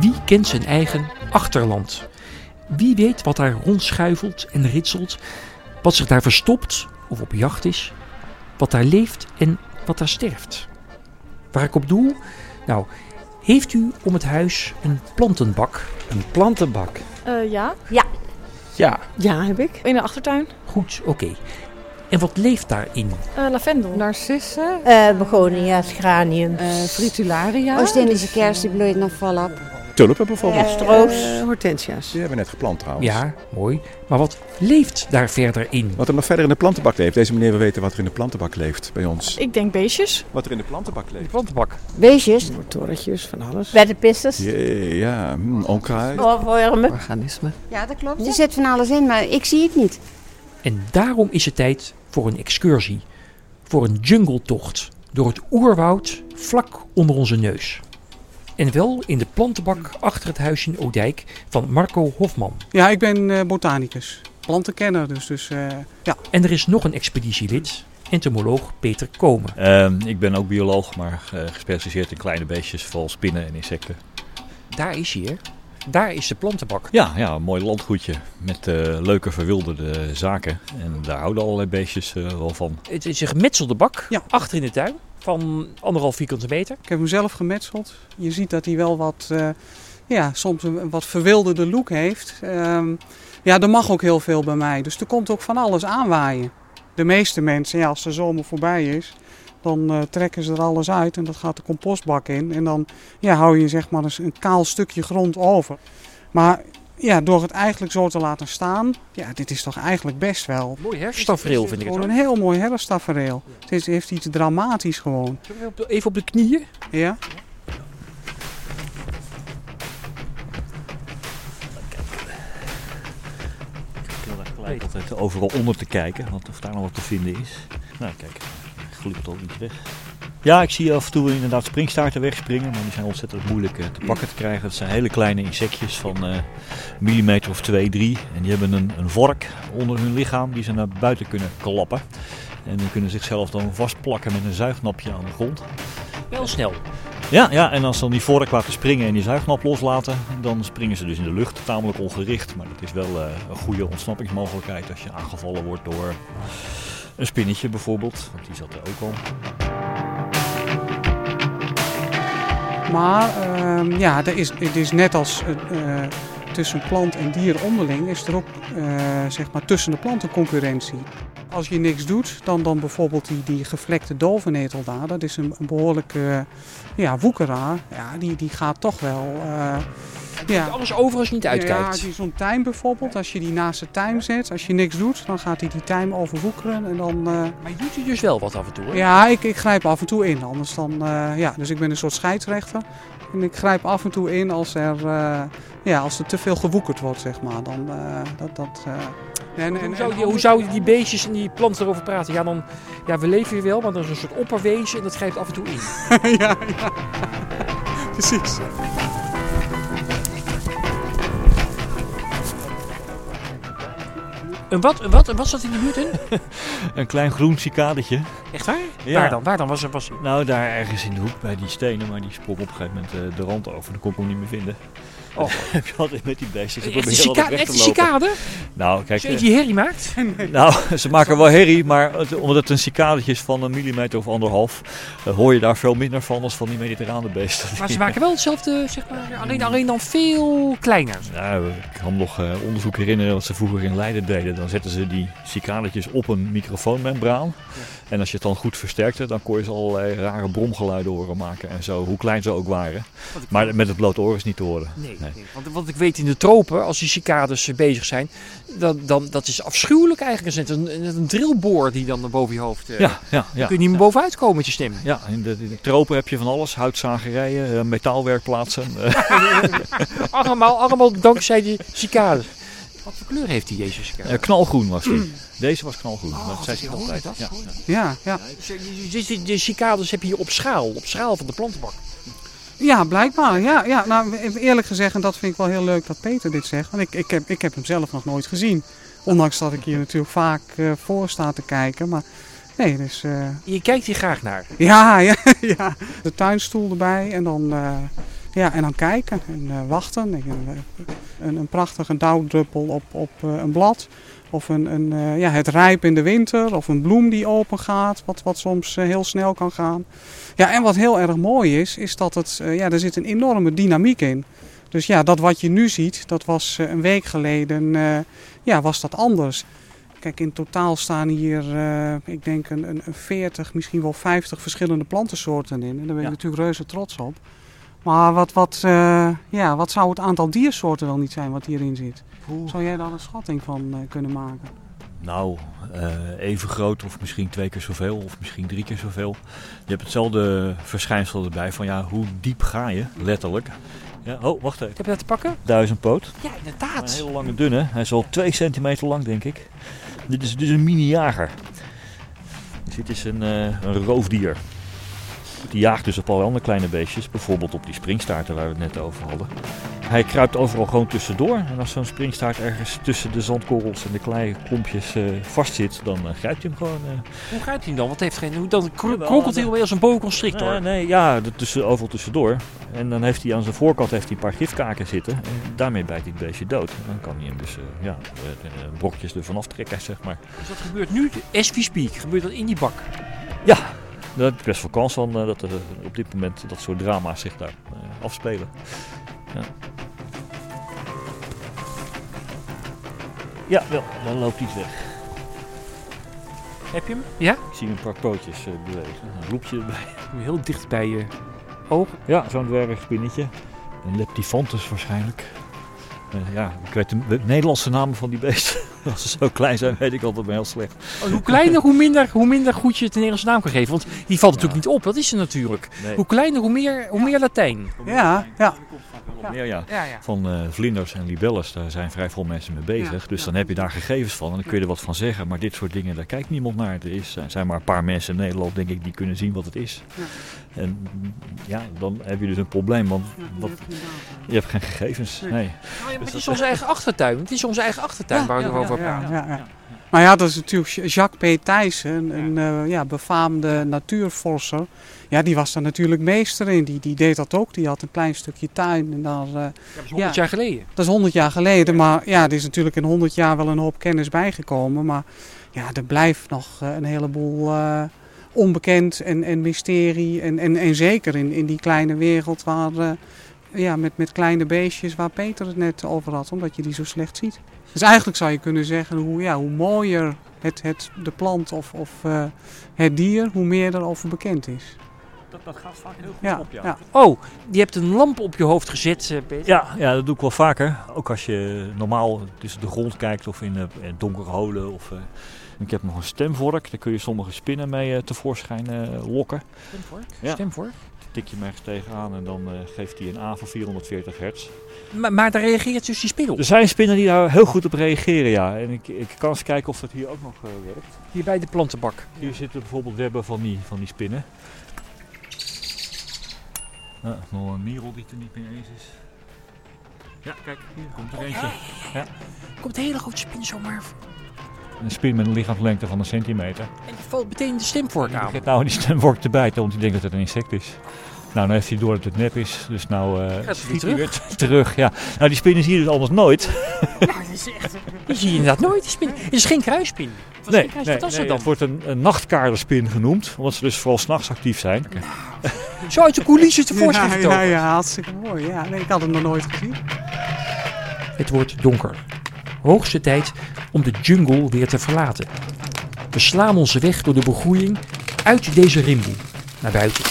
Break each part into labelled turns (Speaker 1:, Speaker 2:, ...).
Speaker 1: Wie kent zijn eigen achterland? Wie weet wat daar rondschuivelt en ritselt, wat zich daar verstopt of op jacht is, wat daar leeft en wat daar sterft? Waar ik op doel? Nou, heeft u om het huis een plantenbak?
Speaker 2: Een plantenbak.
Speaker 3: Eh, ja,
Speaker 2: Ja,
Speaker 4: Ja, heb ik.
Speaker 3: in de achtertuin.
Speaker 1: Goed, oké. En wat leeft daarin?
Speaker 3: Eh, lavendel.
Speaker 5: Narcissen,
Speaker 4: Eh begonia's, geraniums.
Speaker 5: eh fritularia.
Speaker 6: Oost-Indische kers die bloeit nog volop.
Speaker 2: tulpen bijvoorbeeld.
Speaker 4: Ja, stroos.
Speaker 5: eh, hortensia's.
Speaker 2: Die hebben we net geplant trouwens.
Speaker 1: Ja, mooi. Maar wat leeft daar verder in?
Speaker 2: Wat er nog verder in de plantenbak leeft. Deze meneer wil weten wat er in de plantenbak leeft bij ons.
Speaker 3: Ik denk beestjes.
Speaker 2: Wat er in de plantenbak leeft.
Speaker 1: plantenbak.
Speaker 6: Beestjes,
Speaker 5: Torretjes, van alles.
Speaker 4: Bij de pissers.
Speaker 2: Jee, ja, hm, onkruid.
Speaker 4: Oorwormen.
Speaker 5: Organismen.
Speaker 6: ja dat klopt. Er zit van alles in, maar ik zie het niet.
Speaker 1: En daarom is het tijd voor een excursie. Voor een jungletocht door het oerwoud vlak onder onze neus. En wel in de plantenbak achter het huis in Oudijk van Marco Hofman.
Speaker 7: Ja, ik ben eh, botanicus. Plantenkenner dus. dus eh, ja.
Speaker 1: En er is nog een expeditielid, entomoloog Peter Komen.
Speaker 8: Ehm, ik ben ook bioloog, maar eh, gespecialiseerd in kleine beestjes, vooral spinnen en insecten.
Speaker 1: Daar is hij, hè? Daar is de plantenbak.
Speaker 8: Ja, ja een mooi landgoedje met eh, leuke verwilderde zaken. En daar houden allerlei beestjes eh, wel van.
Speaker 1: Het is een gemetselde bak
Speaker 7: Ja.
Speaker 1: achter in de tuin van anderhalf vierkante meter.
Speaker 7: Ik heb hem zelf gemetseld. Je ziet dat hij wel wat, eh, ja, soms een wat verwilderde look heeft. Ehm, ja, er mag ook heel veel bij mij. Dus er komt ook van alles aanwaaien. De meeste mensen, ja, als de zomer voorbij is, dan eh, trekken ze er alles uit en dat gaat de compostbak in. En dan ja, hou je zeg maar eens een kaal stukje grond over. Maar ja, door het eigenlijk zo te laten staan, ja, dit is toch eigenlijk best wel.
Speaker 1: Mooi herfsttafereel vind ik het.
Speaker 7: Gewoon
Speaker 1: ook.
Speaker 7: een heel mooi herfsttafereel. Het is- heeft iets dramatisch gewoon.
Speaker 1: Zullen we op de- Even op de knieën.
Speaker 7: Ja?
Speaker 8: heel erg gelijk altijd overal onder te kijken, want of daar nog wat te vinden is. Nou, kijk, gluurt al iets weg. Ja, ik zie af en toe inderdaad springstaarten wegspringen, maar die zijn ontzettend moeilijk eh, te pakken te krijgen. Het zijn hele kleine insectjes van eh millimeter of twee, drie. En die hebben een, een vork onder hun lichaam die ze naar buiten kunnen klappen. En die kunnen zichzelf dan vastplakken met een zuignapje aan de grond.
Speaker 1: Wel snel.
Speaker 8: Ja, ja, en als ze dan die vork laten springen en die zuignap loslaten, dan springen ze dus in de lucht, tamelijk ongericht. Maar dat is wel eh, een goede ontsnappingsmogelijkheid als je aangevallen wordt door een spinnetje bijvoorbeeld, want die zat er ook al.
Speaker 7: Maar ehm, ja, er is, het is net als eh, eh, tussen plant en dier onderling, is er ook eh, zeg maar tussen de planten concurrentie. Als je niks doet, dan, dan bijvoorbeeld die, die gevlekte dovenetel daar, dat is een, een behoorlijke eh, ja, woekeraar. Ja, die, die gaat toch wel. eh, ja.
Speaker 1: Alles overigens niet
Speaker 7: Ja,
Speaker 1: uitkijkt.
Speaker 7: als je zo'n tijm bijvoorbeeld, als je die naast de tijm zet, als je niks doet, dan gaat hij die tijm overwoekeren en dan. eh,
Speaker 1: Maar je doet u dus wel wat af en toe. hè?
Speaker 7: ja, ik, ik grijp af en toe in. Anders dan, eh, ja, dus ik ben een soort scheidsrechter. En ik grijp af en toe in als er, eh, ja, als er te veel gewoekerd wordt, zeg maar. Dan, eh, dat, dat, eh, en, en-
Speaker 1: Hoe zou,
Speaker 7: en-
Speaker 1: je, hoe zou je die beestjes en die planten erover praten? Ja, dan, ja, we leven hier wel, maar er is een soort opperwezen en dat grijpt af en toe in.
Speaker 7: ja, ja. Precies.
Speaker 1: Een wat, een wat, een wat zat in de buurt in?
Speaker 8: Een klein groen cicadetje.
Speaker 1: Echt waar?
Speaker 8: Ja.
Speaker 1: Waar dan? Waar dan was er was?
Speaker 8: Nou, daar ergens in de hoek bij die stenen, maar die sprong op een gegeven moment eh, de rand over. Dan kon ik hem niet meer vinden.
Speaker 1: Oh.
Speaker 8: heb je altijd met die beestjes. Ze
Speaker 1: Echt een
Speaker 8: proberen altijd
Speaker 1: cicade?
Speaker 8: weg
Speaker 1: Echt
Speaker 8: te
Speaker 1: een
Speaker 8: lopen.
Speaker 1: cicade?
Speaker 8: Nou, kijk,
Speaker 1: Als je die herrie maakt?
Speaker 8: Nou, ze maken wel herrie, maar het- omdat het een cicadetje is van een millimeter of anderhalf, eh, hoor je daar veel minder van als van die mediterrane beesten.
Speaker 1: Maar ze maken wel hetzelfde, zeg maar, alleen,
Speaker 8: Hmm.
Speaker 1: alleen dan veel kleiner.
Speaker 8: Nou, ik kan me nog eh, onderzoek herinneren wat ze vroeger in Leiden deden. Dan zetten ze die cicadetjes op een microfoonmembraan. En als je het dan goed versterkte, dan kon je ze allerlei rare bromgeluiden horen maken en zo, hoe klein ze ook waren. Maar met het blote oor is niet te horen.
Speaker 1: Nee,
Speaker 8: Nee.
Speaker 1: nee. Want wat ik weet in de tropen, als die cicades eh, bezig zijn, dat, dan, dat is afschuwelijk eigenlijk. Het is net een, net een drillboor die dan boven je hoofd... eh,
Speaker 8: Ja, ja,
Speaker 1: Dan
Speaker 8: ja.
Speaker 1: kun je niet meer bovenuit komen met je stem.
Speaker 8: Ja, in de, in de tropen heb je van alles. Houtzagerijen, eh, metaalwerkplaatsen. eh,
Speaker 1: Allemaal, allemaal dankzij die cicades. Wat voor kleur heeft die, deze cicade?
Speaker 8: Eh, knalgroen was die. Deze was knalgroen. dat zei ze
Speaker 1: dat Mm. Oh, is
Speaker 8: altijd.
Speaker 1: heel mooi,
Speaker 8: Ja,
Speaker 1: dat is
Speaker 8: ja.
Speaker 7: Ja, ja.
Speaker 1: Dus, eh, die- die- die- De cicades heb je hier op schaal, op schaal van de plantenbak.
Speaker 7: Ja, blijkbaar. Ja, ja. Nou, eerlijk gezegd, en dat vind ik wel heel leuk dat Peter dit zegt. Want ik, ik, heb, ik heb hem zelf nog nooit gezien. Ondanks dat ik hier natuurlijk vaak eh, voor sta te kijken. Maar Nee, dus eh,
Speaker 1: Je kijkt hier graag naar.
Speaker 7: ja, ja, ja, de tuinstoel erbij en dan, eh, ja, en dan kijken en eh, wachten. Ik, eh, een, een prachtige dauwdruppel op, op eh, een blad. Of een, een, eh, ja, het rijp in de winter. Of een bloem die open gaat, wat, wat soms eh, heel snel kan gaan. Ja, en wat heel erg mooi is, is dat het, eh, ja, er zit een enorme dynamiek in. Dus ja, dat wat je nu ziet, dat was eh, een week geleden, eh, ja, was dat anders. Kijk, in totaal staan hier, eh, ik denk, een, een, een 40, misschien wel 50 verschillende plantensoorten in. En daar ben ik
Speaker 8: Ja.
Speaker 7: natuurlijk reuze trots op. Maar wat, wat, eh, ja, wat zou het aantal diersoorten wel niet zijn wat hierin zit?
Speaker 8: Oeh.
Speaker 7: Zou jij daar een schatting van eh, kunnen maken?
Speaker 8: Nou, eh, even groot of misschien twee keer zoveel of misschien drie keer zoveel. Je hebt hetzelfde verschijnsel erbij van ja, hoe diep ga je, letterlijk. Ja, oh, wacht even.
Speaker 1: Heb je dat te pakken?
Speaker 8: Duizendpoot.
Speaker 1: Ja,
Speaker 8: Een
Speaker 1: inderdaad.
Speaker 8: hele lange dunne. Hij is al twee centimeter lang, denk ik. Dit is dus een mini-jager. Dus dit is een, eh, een roofdier. Die jaagt dus op alle andere kleine beestjes. Bijvoorbeeld op die springstaarten waar we het net over hadden. Hij kruipt overal gewoon tussendoor. En als zo'n springstaart ergens tussen de zandkorrels en de kleine klompjes eh, vastzit, dan eh, grijpt hij hem gewoon. eh.
Speaker 1: Hoe gaat hij dan? Wat heeft geen... Hoe dan kro-
Speaker 8: Jawel,
Speaker 1: kronkelt hij
Speaker 8: dat-
Speaker 1: alweer als een boa
Speaker 8: Nee,
Speaker 1: constrictor?
Speaker 8: nee, ja, er tussen, overal tussendoor. En dan heeft hij aan zijn voorkant heeft hij een paar gifkaken zitten. En daarmee bijt hij het beestje dood. En dan kan hij hem dus eh, ja, eh, eh, brokjes ervan aftrekken, zeg maar.
Speaker 1: Dus dat gebeurt nu, as we speak, gebeurt dat in die bak.
Speaker 8: Ja, daar heb ik best veel kans van eh, dat er op dit moment dat soort drama's zich daar eh, afspelen. Ja. ja, wel, dan loopt iets weg.
Speaker 1: Heb je hem? Ja?
Speaker 8: Ik zie een paar pootjes eh, bewegen. Een roepje erbij.
Speaker 1: Nu Heel dicht bij je oog.
Speaker 8: Ja, zo'n dwergspinnetje. Een leptifantus waarschijnlijk. Eh, ja, ik weet de, de Nederlandse namen van die beesten. Als ze zo klein zijn, weet ik altijd maar heel slecht.
Speaker 1: Oh, hoe kleiner, hoe minder, hoe minder goed je het een Nederlandse naam kan geven. Want die valt natuurlijk niet op, dat is ze natuurlijk.
Speaker 8: Nee,
Speaker 1: Hoe kleiner, hoe meer, hoe meer Latijn.
Speaker 7: Ja, ja.
Speaker 8: op meer, ja.
Speaker 1: Ja, ja.
Speaker 8: van eh, vlinders en libelles, daar zijn vrij veel mensen mee bezig.
Speaker 7: Ja,
Speaker 8: dus
Speaker 7: ja.
Speaker 8: dan heb je daar gegevens van en dan kun je er wat van zeggen. Maar dit soort dingen, daar kijkt niemand naar. Er is, er zijn maar een paar mensen in Nederland, denk ik, die kunnen zien wat het is. En mm, ja, dan heb je dus een probleem, want wat, je hebt geen gegevens.
Speaker 7: Nee.
Speaker 8: Nee.
Speaker 1: maar het is onze eigen achtertuin. Het is onze eigen achtertuin waar we over praten.
Speaker 7: Dus ja, ja. Maar ja, dat is natuurlijk Jacques P. Thijssen, een eh, ja, befaamde natuurforser. Ja, die was daar natuurlijk meester in. Die, die deed dat ook. Die had een klein stukje tuin en daar... eh,
Speaker 1: Dat is 100 jaar geleden.
Speaker 7: Dat is 100 jaar geleden, maar ja, er is natuurlijk in 100 jaar wel een hoop kennis bijgekomen. Maar ja, er blijft nog eh, een heleboel eh, onbekend en, en mysterie. En, en, en zeker in, in die kleine wereld waar, eh, ja, met, met kleine beestjes waar Peter het net over had, omdat je die zo slecht ziet. Dus eigenlijk zou je kunnen zeggen, hoe, ja, hoe mooier het, het, de plant of, of eh, het dier, hoe meer erover bekend is.
Speaker 8: Dat, gaat vaak heel goed
Speaker 7: Ja, ja.
Speaker 1: Oh, je hebt een lamp op je hoofd gezet, eh, Peter.
Speaker 8: Ja, ja, dat doe ik wel vaker. Ook als je normaal tussen de grond kijkt of in eh, donkere holen. Of, eh, ik heb nog een stemvork, daar kun je sommige spinnen mee eh, tevoorschijn eh, lokken.
Speaker 1: Stem voor.
Speaker 8: Ja.
Speaker 1: Stem voor.
Speaker 8: Tik je hem ergens tegenaan en dan eh, geeft hij een A van 440 hertz.
Speaker 1: Maar, maar daar reageert dus die spiegel.
Speaker 8: Er zijn spinnen die daar heel goed op reageren, ja. En ik, ik kan eens kijken of dat hier ook nog eh, werkt.
Speaker 1: Hier bij de plantenbak.
Speaker 8: Hier zitten bijvoorbeeld webben van die, van die spinnen. Ja, nog een mierel die het er niet meer eens is. Ja, kijk, hier komt er eentje.
Speaker 1: Er komt een hele grote spin zomaar.
Speaker 8: Een spin met een lichaamslengte van een centimeter.
Speaker 1: En die valt meteen de stemvork
Speaker 8: Die
Speaker 1: aan.
Speaker 8: begint nou in die stemvork te bijten, want die denkt dat het een insect is. Nou, nu heeft hij door dat het nep is, dus nou eh,
Speaker 1: hij
Speaker 8: schiet
Speaker 1: weer
Speaker 8: hij weer terug. Ja. Nou, die spinnen zie je dus anders nooit.
Speaker 1: Die zie je inderdaad nooit, die spin. Het is geen kruispin. Wat, is geen kruis- wat was dat dan?
Speaker 8: het wordt een, een nachtkaarderspin genoemd, omdat ze dus vooral s'nachts actief zijn.
Speaker 1: Zo uit de coulissen tevoorschijn
Speaker 7: ja, ja,
Speaker 1: getogen.
Speaker 7: ja, hartstikke mooi. Ja, nee, ik had hem nog nooit gezien.
Speaker 1: Het wordt donker. Hoogste tijd om de jungle weer te verlaten. We slaan onze weg door de begroeiing uit deze rimboe naar buiten.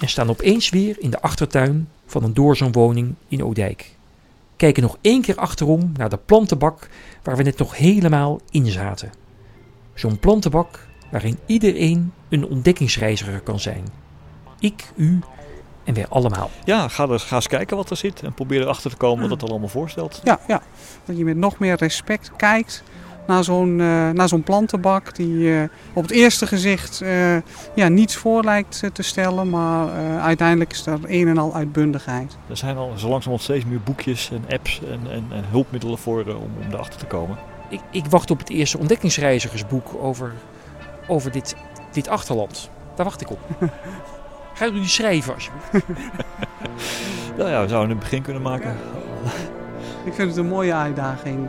Speaker 1: En staan opeens weer in de achtertuin van een doorzoonwoning in Oudijk. Kijken nog één keer achterom naar de plantenbak waar we net nog helemaal in zaten. Zo'n plantenbak waarin iedereen een ontdekkingsreiziger kan zijn. Ik, u en wij allemaal.
Speaker 8: Ja, ga, er, ga eens kijken wat er zit en probeer erachter te komen wat het al allemaal voorstelt.
Speaker 7: Ja, ja, dat je met nog meer respect kijkt naar zo'n, eh, naar zo'n plantenbak die eh, op het eerste gezicht eh, ja, niets voor lijkt eh, te stellen, maar eh, uiteindelijk is dat een en al uitbundigheid.
Speaker 8: Er zijn al zo langzamerhand steeds meer boekjes en apps en, en, en hulpmiddelen voor eh, om, om erachter te komen.
Speaker 1: ik, ik wacht op het eerste ontdekkingsreizigersboek over, over dit, dit achterland. Daar wacht ik op. Ga jullie schrijven alsjeblieft.
Speaker 8: Nou ja, we zouden een begin kunnen maken.
Speaker 7: Ik vind het een mooie uitdaging.